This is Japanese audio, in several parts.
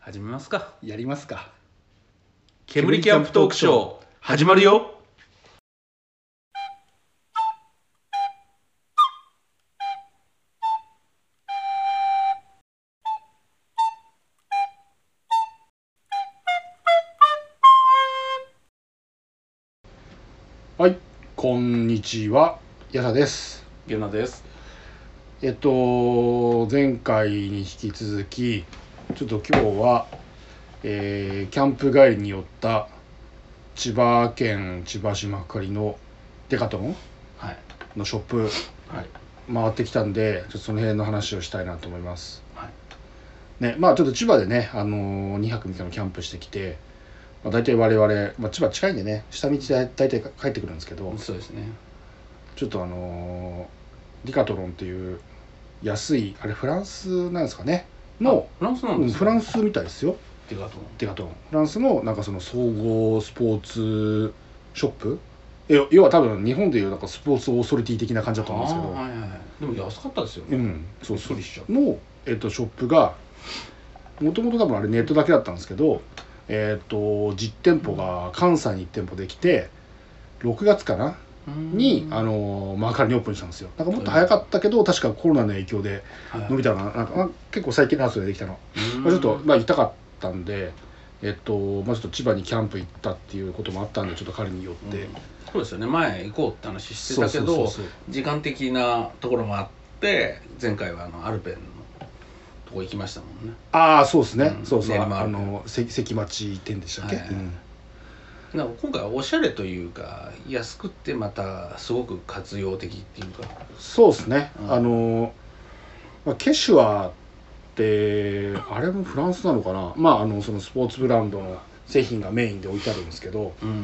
始めますかやりますか煙キャンプトークショー始まるよはいこんにちはやさですゆなですえっと前回に引き続きちょっと今日は、えーキャンプ帰りに寄った千葉県千葉市幕張のデカトンはいのショップはい回ってきたんでちょっとその辺の話をしたいなと思います、はいねまあちょっと千葉でね、あのー、2泊3日のキャンプしてきて、まあ、大体我々、まあ、千葉近いんでね下道で大体帰ってくるんですけどそうですねちょっとあのーディカトロンっていう安いあれフランスなんですかねのあフランスなうんんですフランススみたいですよっていうかと思ディカトロンフランスのなんかその総合スポーツショップえ要は多分日本でいうなんかスポーツオーソリティ的な感じだと思うんですけど、はいはいはいでも安かったですようねんそうそうびっくりしちゃの、えっとショップがもともと多分あれネットだけだったんですけどえっ、と実店舗が関西に1店舗できて6月かなに、あののー、マーカリにオープンしたんですよなんかもっと早かったけど、確かコロナの影響で伸びたのかななんかあ結構最近の発でできたの、まあ、ちょっと、まあ、痛かったんでえっとまあ、ちょっと千葉にキャンプ行ったっていうこともあったんでちょっと彼によって、うんそうですよね前行こうって話してたけそうどそうそうそう時間的なところもあって前回はあのアルペンのとこ行きましたもんねああそうですね、うんそうそう練あ馬のせ関町店でしたっけ、はいうんなんか今回はおしゃれというか安くてまたすごく活用的っていうかそうですね、うんあの、まあ、ケシュアってあれもフランスなのかなまああのそのスポーツブランドの製品がメインで置いてあるんですけど、うん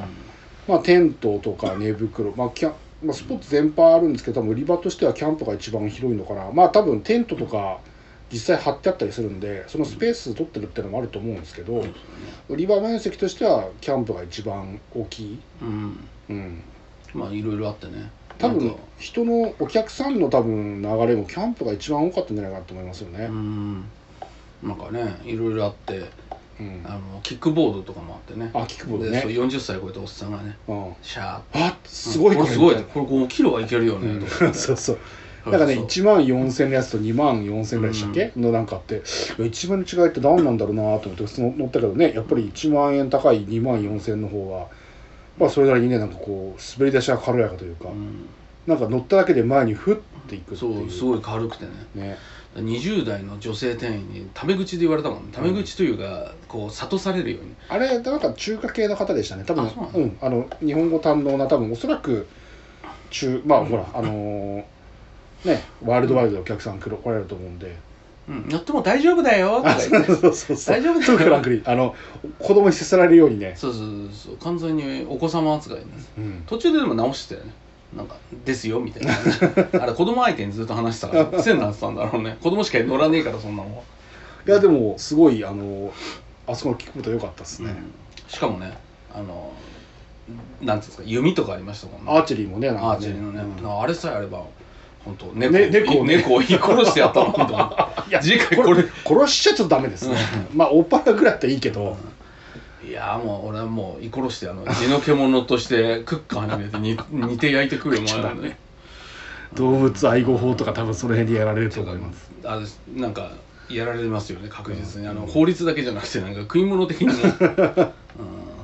まあ、テントとか寝袋、まあキャンまあ、スポーツ全般あるんですけど多分売り場としてはキャンプが一番広いのかなまあ多分テントとか実際張ってあったりするんでそのスペース取ってるっていうのもあると思うんですけど売り場面積としてはキャンプが一番大きい、うんうん、まあいろいろあってね多な分んか人のお客さんの多分流れもキャンプが一番多かったんじゃないかなと思いますようね、んなんかねいろいろあってうんあのキックボードとかもあってねあキックボードでそうね40歳超えたおっさんがねうんシャーってあすごいここれれすごいみこれ5キロはいけるよたいね なとかうんそうそうそうなんかね1万4000のやつと2万4000ぐらいでしたっけ、のなんかあっていや一番の違いって何なんだろうなと思ってその乗ったけどねやっぱり1万円高い2万4000の方は、まあ、それなりにねなんかこう滑り出しが軽やかというか、うんなんか乗っただけで前にフッていくってそいううすごい軽くてねね20代の女性店員にタメ口で言われたもんねタメ口というかこう諭されるようにあれなんか中華系の方でしたね多分あそうなんだうん、あの日本語堪能な多分おそらく中まあほらあのーねワールドワイドでお客さん来る来られると思うんで。うん、やっても大丈夫だよとか言ってそうそうそう大丈夫だそうクランクリーあの子供にせさられるようにね、そうそうそう完全にお子様扱いなんですうん、途中ででも直してたよねなんか「ですよ」みたいなあれ子供相手にずっと話してた から癖になってたんだろうね子供しか乗らねえからそんなもいやでもすごいあのあそこの聞くこと良かったですん、ね、しかもねあのなんていうんですか弓とかありましたもんアねーチェリーもねなんかねアーチェリーのね、うんなんかあれさえあれば本当猫,、ね猫をね を言い殺してやったのにと思っていや次回ここれれ殺しちゃちょっとダメですね、まあおっぱらぐらいだったらいいけど、いやーもう俺はもう居殺してあの地の獣としてクッカーに入れてに煮て焼いて食うよもあるね動物愛護法とか多分その辺でやられると思いますあれなんかやられますよね確実にあの法律だけじゃなくてなんか食い物的 にも、うん、っ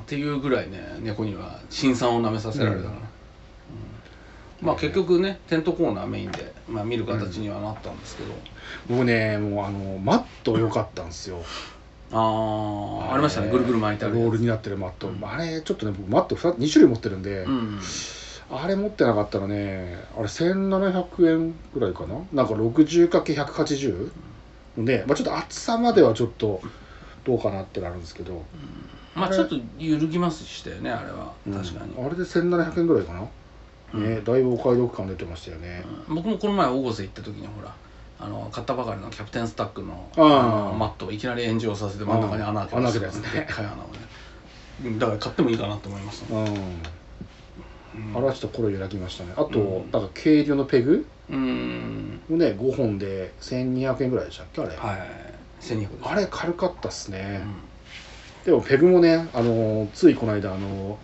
ていうぐらいね猫には辛酸を舐めさせられたから、うんうんまあ結局ねテントコーナーメインで、まあ、見る形にはなったんですけど、僕ねもうあのマット良かったんですよああありましたねぐるぐる巻いてあるロやつールになってるマット、うんあれちょっとね僕マット 2, 種類持ってるんで、うんあれ持ってなかったらねあれ1700円ぐらいかななんか 60×180 で、まあ、ちょっと厚さまではちょっとどうかなってなるんですけど、まあちょっと揺るぎますしたよねあれは確かに、うんあれで1700円ぐらいかな、うんねだいぶお買い得感出てましたよね、僕もこの前大瀬行った時にほらあの買ったばかりのキャプテンスタックのあーあのマットをいきなり炎上させて真ん中に穴開けました穴開けたやつねでっかい穴をねうんだから買ってもいいかなと思いましたね、うんうん、あれはちょっと心揺らぎましたねあと、うんなんか軽量のペグうんをね5本で1200円ぐらいでしたっけあれ、はい1200ですあれ軽かったっすねう、んでもペグもねあのついこの間あの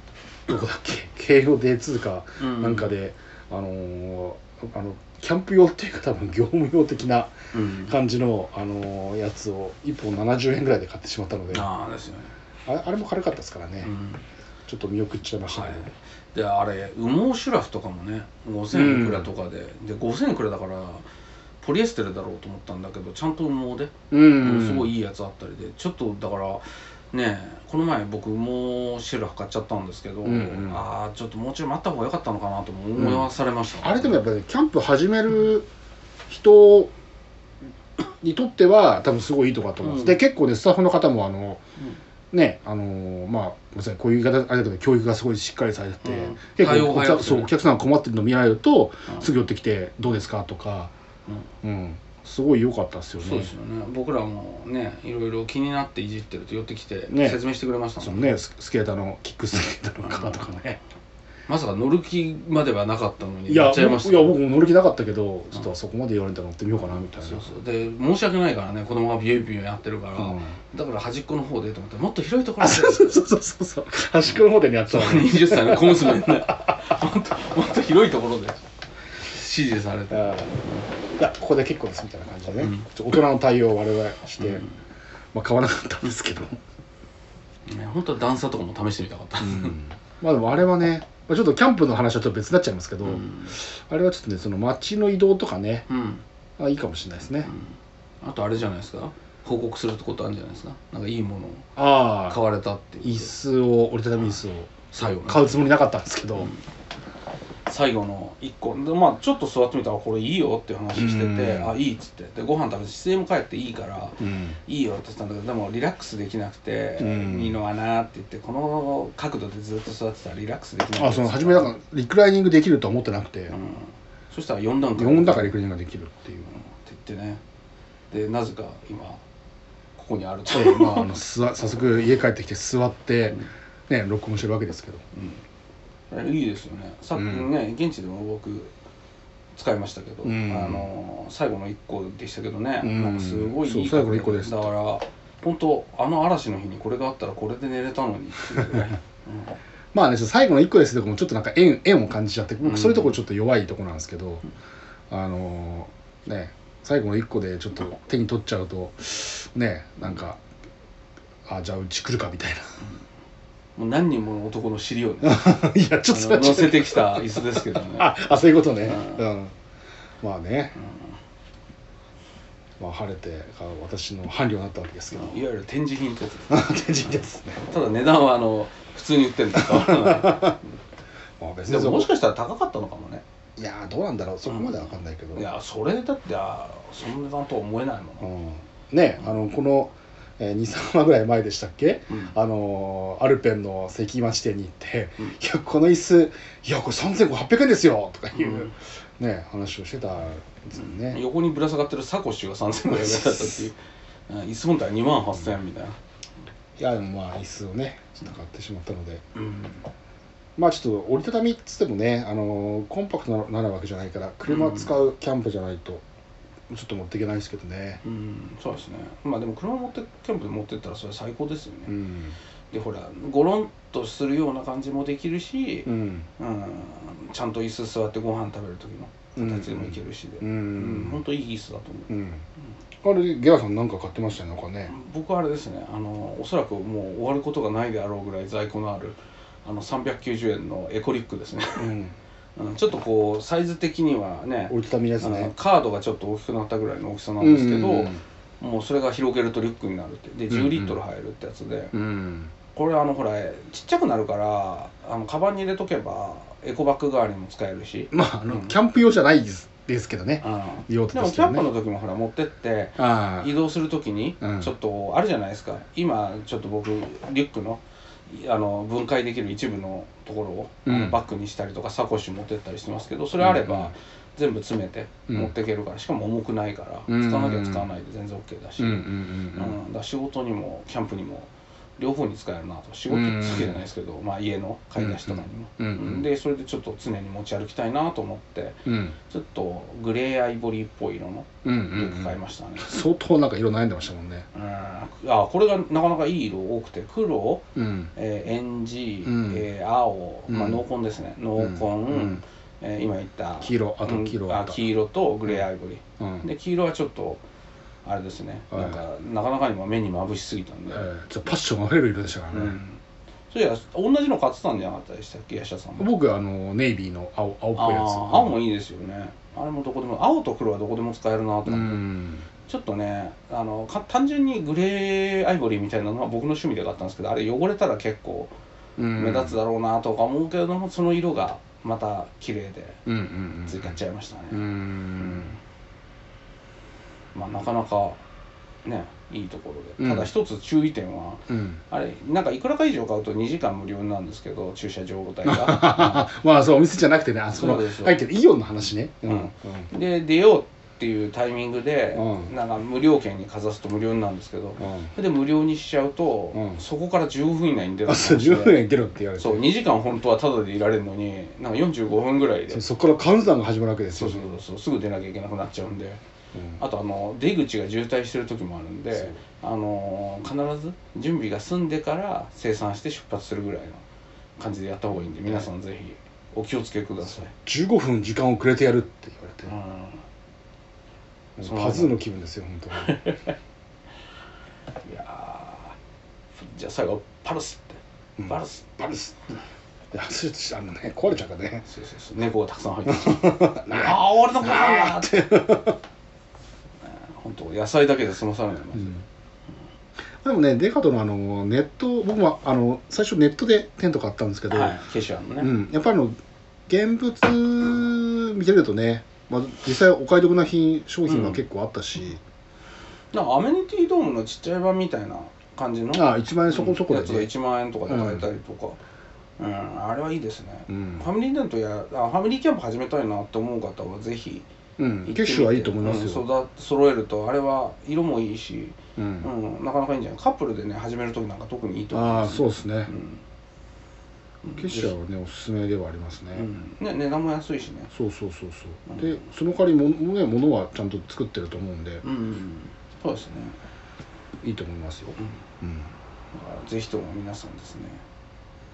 どこだっけ KOD 通貨うんなんかで、あのあのキャンプ用っていうか多分業務用的なうん感じの、あのやつを1本70円ぐらいで買ってしまったのであああですよね、あれも軽かったですからね、うんちょっと見送っちゃいましたはけいど、、であれ羽毛シュラフとかもね5000いくらとかで,、で5000いくらだからポリエステルだろうと思ったんだけどちゃんと羽毛で、うんすごいいいいやつあったりでちょっとだからねえこの前僕羽毛シュラフ買っちゃったんですけど、うんうんああちょっともうちょい待った方が良かったのかなとも思わされました、あれでもやっぱり、ね、キャンプ始める人にとっては多分すごいいいとこだと思います、うんで結構ねスタッフの方もあのねあのーまあごめんなさいこういう言い方あれだけど教育がすごいしっかりされてて、うん結対応構がお早く客てそうお客さんが困ってるの見られると、うんすぐ寄ってきて「どうですか?」とか、うんすごい良かったですよね。そうですよね僕らもねいろいろ気になっていじってると寄ってきてね説明してくれましたそものんねねススケーターのキックスケーターの方とかね。まさか乗る気まではなかったのにいやっちゃいました僕いや僕も乗る気なかったけどちょっとそこまで言われたら乗ってみようかなみたいな。そうそうで申し訳ないからね子供がビュービューやってるから、うんだから端っこの方でと思ってもっと広いところあでそうそうそうそうそう端っこの方でねやってたのね20歳の 小娘にねもっともっと広いところで指示されて、あーいやここで結構ですみたいな感じでね、うんちょっと大人の対応を我々して、うんまあ買わなかったんですけど、ね、本当は段差とかも試してみたかった、まあでもあれはね、まあ、ちょっとキャンプの話はちょっと別になっちゃいますけど、うんあれはちょっとねその街の移動とかねうんうんあいいかもしれないですね、あとあれじゃないですか報告するってことあるんじゃないですかなんかいいものをあ買あわれたってい椅う子を折りたたみ椅子を最後の買うつもりなかったんですけど、うん最後の1個でまあちょっと座ってみたらこれいいよっていう話してて、うんあいいっつってでご飯食べて姿勢も帰っていいからうんいいよって言ってたんだけどでもリラックスできなくて、うんいいのはなって言ってこの角度でずっと座ってたらリラックスできなくてあその初めだからリクライニングできるとは思ってなくて、うん、そしたら4段日階本だっかてらリクライニングができるっていう、言ってねでなぜか今ここにあると、でまああの座早速家帰ってきて座ってうん、ね録音してるわけですけどうん、いいですよねさっきね、現地でも僕使いましたけど、うんあの最後の1個でしたけどね、うんなんかすごいいいそう最後の一個ですだから本当あの嵐の日にこれがあったらこれで寝れたのにっていうぐらい、 まあね、ちょっと最後の1個ですけどもちょっとなんか縁縁を感じちゃってうん僕そういうところちょっと弱いところなんですけど、あのーね最後の1個でちょっと手に取っちゃうとねなんかあじゃあうち来るかみたいうんもう何人もの男の尻をねな い やちょっとそれあのはち乗ょっとせてきた椅子ですけどね、ああそういうことねううん、まあね、うまあ、晴れてあ私の伴侶になったわけですけどんいわゆる展示品ってやつです手人ですね、ただ値段はあの普通に売ってるんです かまあ、別でにそもこもしかしたら高かったのかもねいやーどうなんだろうそこまでは分かんないけど、いやそれだってあそんな値段とは思えないも、うんんねあのこの、えー、23話ぐらい前でしたっけうんあのーアルペンの関町店に行って「うんいやこの椅子いやこれ3500円ですよ」とかいう、うんね話をしてたんですよね、横にぶら下がってるサコッシュが3500円だったっていううん椅子本体2万8000円みたいな、いやでもまあ椅子をねちょっと買ってしまったのでうんまあちょっと折りたたみっつってもね、あのーコンパクトななるわけじゃないから車使うキャンプじゃないとちょっと持っていけないですけどねうん、そうですねまあでも車持ってキャンプで持ってったらそれ最高ですよね、うんでほらゴロンとするような感じもできるしう、んうんちゃんと椅子座ってご飯食べる時の形でもいけるしで、うん、うん本当いい椅子だと思ううんあれゲラさんなんか買ってましたよなんかね僕はあれですねあのおそらくもう終わることがないであろうぐらい在庫のあるあの390円のエコリックですね、 うんうん、ちょっとこうサイズ的にはね折りたたみですあねのカードがちょっと大きくなったぐらいの大きさなんですけど、うんもうそれが広げるとリュックになるってでう10んうんリットル入るってやつで、うんこれあのほらちっちゃくなるからあのカバンに入れとけばエコバッグ代わりにも使えるしまあ、あの、うんキャンプ用じゃないですですけどね。あの用で途ともしキてはャンねプ。の時もほら持ってってあ移動する時にうんちょっとあるじゃないですか、今ちょっと僕リュックのいあの分解できる一部のところを、うんあのバッグにしたりとかサコッシュ持ってったりしてますけどそれあれば全部詰めてうん持っていけるから、しかも重くないから、うん使わなきゃ使わないで全然 OK だし、うんうんうんだから仕事にもキャンプにも両方に使えるなと仕事好きじゃないですけど、まあ、家の買い出しとかにも、うんうんでそれでちょっと常に持ち歩きたいなと思ってうんちょっとグレーアイボリーっぽい色のうんリュック買いまししたね、た相当なんか色悩んでましたもんねうんあこれがなかなかいい色多くて黒、うんえー、エンジ、うんえー青、まあ、うん濃紺ですね濃紺、うんえー今言った黄色あとうん黄色ああった黄色とグレーアイボリー、うんで黄色はちょっとあれですね、はいなんかなかなかにも目にまぶしすぎたんえで、ーちょっとパッションあふれる色でしたからうねんそういや同じの買ってたんじゃなかったでしたっけヤシャさんも僕あのネイビーの青青っぽいやつあー青もいいですよねあれもどこでも青と黒はどこでも使えるなとう思って、んちょっとねあのか単純にグレーアイボリーみたいなのは僕の趣味で買ったんですけどあれ汚れたら結構目目立つだろうなとか思うけれども、その色がまた綺麗でうんうんうんつい買っちゃいましたね、うんまあなかなかねいいところで、うんただ一つ注意点はうんあれなんかいくらか以上買うと2時間無料なんですけど駐車場代が、まあそうお店じゃなくてね あそこのそうですよ入ってるイオンの話ねうんうんうんで出ようっていうタイミングで、うんなんか無料券にかざすと無料になるんですけど、うんそれで無料にしちゃうと、うんそこから15分以内に出るあそう10分いけるって言われてそう2時間本当はタダでいられるのになんか45分ぐらいでそうそこからカウントダウンが始まるわけですそうよそうそうそうすぐ出なきゃいけなくなっちゃうんでうんあとあの出口が渋滞してる時もあるんそうであのー必ず準備が済んでから生産して出発するぐらいの感じでやった方がいいんで皆さんぜひお気をつけください、 15分時間をくれてやるって言われてうんもそううパズーの気分ですよ本 当にいやーじゃあ最後パルスってうんパルス、パルスいやそれちょっとあのね壊れちゃうからねそうそうそう猫がたくさん入って るああ俺の子なんだって本当野菜だけで済まされないもん、でもねデカドのあのネット僕もあの最初ネットでテント買ったんですけど、はいケシュアンのね、うん、やっぱりあの現物見てるとね、まあ、実際お買い得な品商品が結構あったし、なんかアメニティドームのちっちゃい版みたいな感じのああ1万円そこそこでやつがね、 1万円とかで買えたりとか、うんあれはいいですね、うんファミリーテントやあファミリーキャンプ始めたいなって思う方はぜひう行ん、ってみて九州はいいと思いまうすんよ、育揃えるとあれは色もいいし、うんうん、なかなかいいんじゃないカップルでね始める時なんか特にいいと思いああますそうですねうん九州はねおすすめではありますね、うんね値段も安いしねそうそうそうそうう、んでその代わりももねものはちゃんと作ってると思うんでうん、そうですねいいと思いますよ、うんだからぜひとも皆さんですね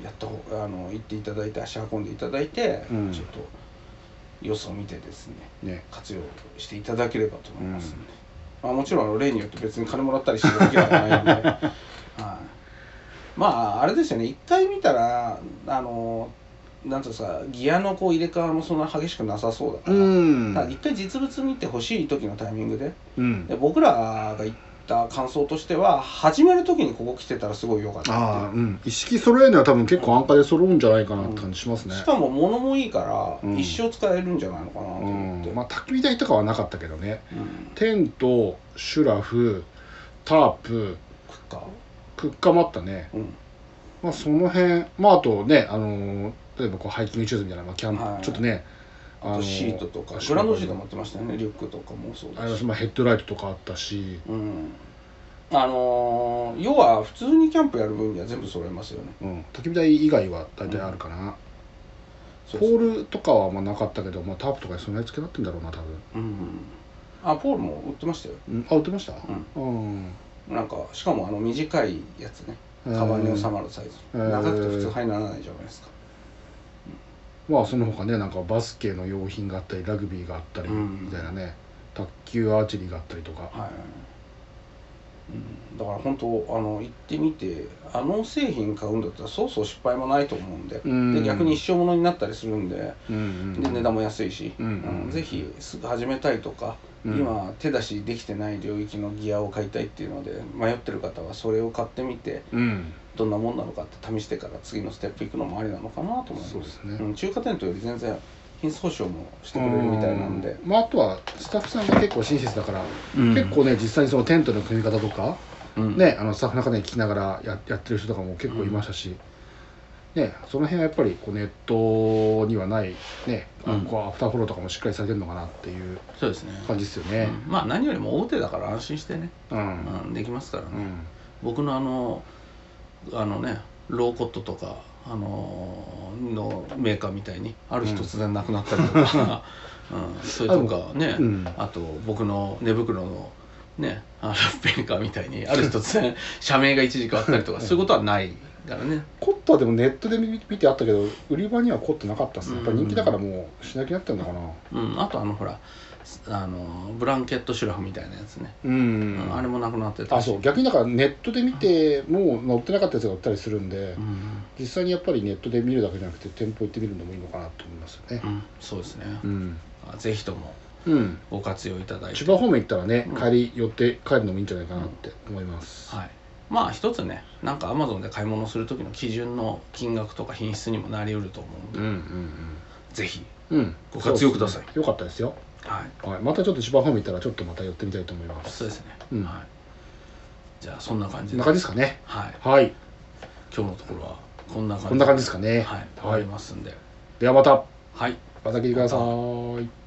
やったほうあの行っていただいて足運んでいただいて、うんちょっと様子を見てですねね活用していただければと思いますんで、まあ、もちろんあの例によって別に金もらったりしてるわけではない んで、はい、まああれですよね一回見たらあのなんとさギアのこう入れ替わりもそんな激しくなさそうだかうら、んだから一回実物見てほしい時のタイミングでうんで僕らが言った感想としては始める時にここ来てたらすごい良かったああっうん一式揃えるのは多分結構安価で揃うんじゃないかなって感じしますていう、ね、しかも物もいいからうん一生使えるんじゃないのかなと思って、うん、まあ焚き火台とかはなかったけどねうんテントシュラフタープクッカークッカもあったね、うんまあ、その辺まああとねあのー例えばこうハイキングシューズみたいな、まあ、キャンプ、はいちょっとねああのとーシートとかシートグランドシート持ってましたよねリュックとかもそうありだますしまあ、ヘッドライトとかあったしうんあのー要は普通にキャンプやる分には全部揃えますよねうん、焚き火台以外は大体あるかな、そうポそうールとかはまあなかったけど、まあ、タープとかに備え付けになってんだろうな多分、うんあポールも売ってましたようん、あ売ってましたうん、なんかしかもあの短いやつねうんカバンに収まるサイズへー長くて普通入らないじゃないですかまあその他ねなんかバスケの用品があったりラグビーがあったりうんみたいなね、卓球アーチェリーがあったりとかはい、うん、だから本当あの行ってみてあの製品買うんだったらそうそう失敗もないと思うんで,、うんで逆に一生ものになったりするんでうんで値段も安いし、うんぜひすぐ始めたいとか、うん今手出しできてない領域のギアを買いたいっていうので迷ってる方はそれを買ってみてうんどんなもんなのかって試してから次のステップ行くのもありなのかなと思いますそうですねん、中華店とより全然品質保証もしてくれるみたいなんで、まあ、あとはスタッフさんが結構親切だから、うん結構ね実際にそのテントの組み方とか、うんねあのスタッフの中で聞きながらややってる人とかも結構いましたし、ねその辺はやっぱりこうネットにはないねあのうんこうアフターフォローとかもしっかりされてるのかなっていうそうですね感じですよねうんまあ何よりも大手だから安心してね、うん、うんうん、できますからね、僕のあのあのねローコットとか、あのーのメーカーみたいにある日突然なくなったりとか、 うんそれとかね、うんあと僕の寝袋のねあのメーカーみたいにある日突 然社名が一時変わったりとかそういうことはないからね。コットはでもネットで見見てあったけど売り場にはコットなかったっすねやっぱ人気だからもうしなきゃなったんだかなうん、あとあのほらあのブランケットシュラフみたいなやつね、うん、うんあれもなくなってたあしそう逆にだからネットで見てもう載ってなかったやつが売ったりするんで、うん実際にやっぱりネットで見るだけじゃなくて店舗行ってみるのもいいのかなと思いますよねうん、そうですね、うん、あぜひともうん、ご活用いただいて千葉方面行ったらね、うん帰り寄って帰るのもいいんじゃないかなって思います、はい、まあ一つねなんかアマゾンで買い物する時の基準の金額とか品質にもなりうると思うんで、うんぜひ、うんうんご活用くださいそうですねよかったですよ、はい、はい、またちょっと千葉方面行ったらちょっとまた寄ってみたいと思いますそうですね、うんはい、じゃあそんな感こじんで、なは感い、じですかねはい今日のところはこんな感じこんな感じですかねはい、はあいりますんでではまたはいまた聞いてください、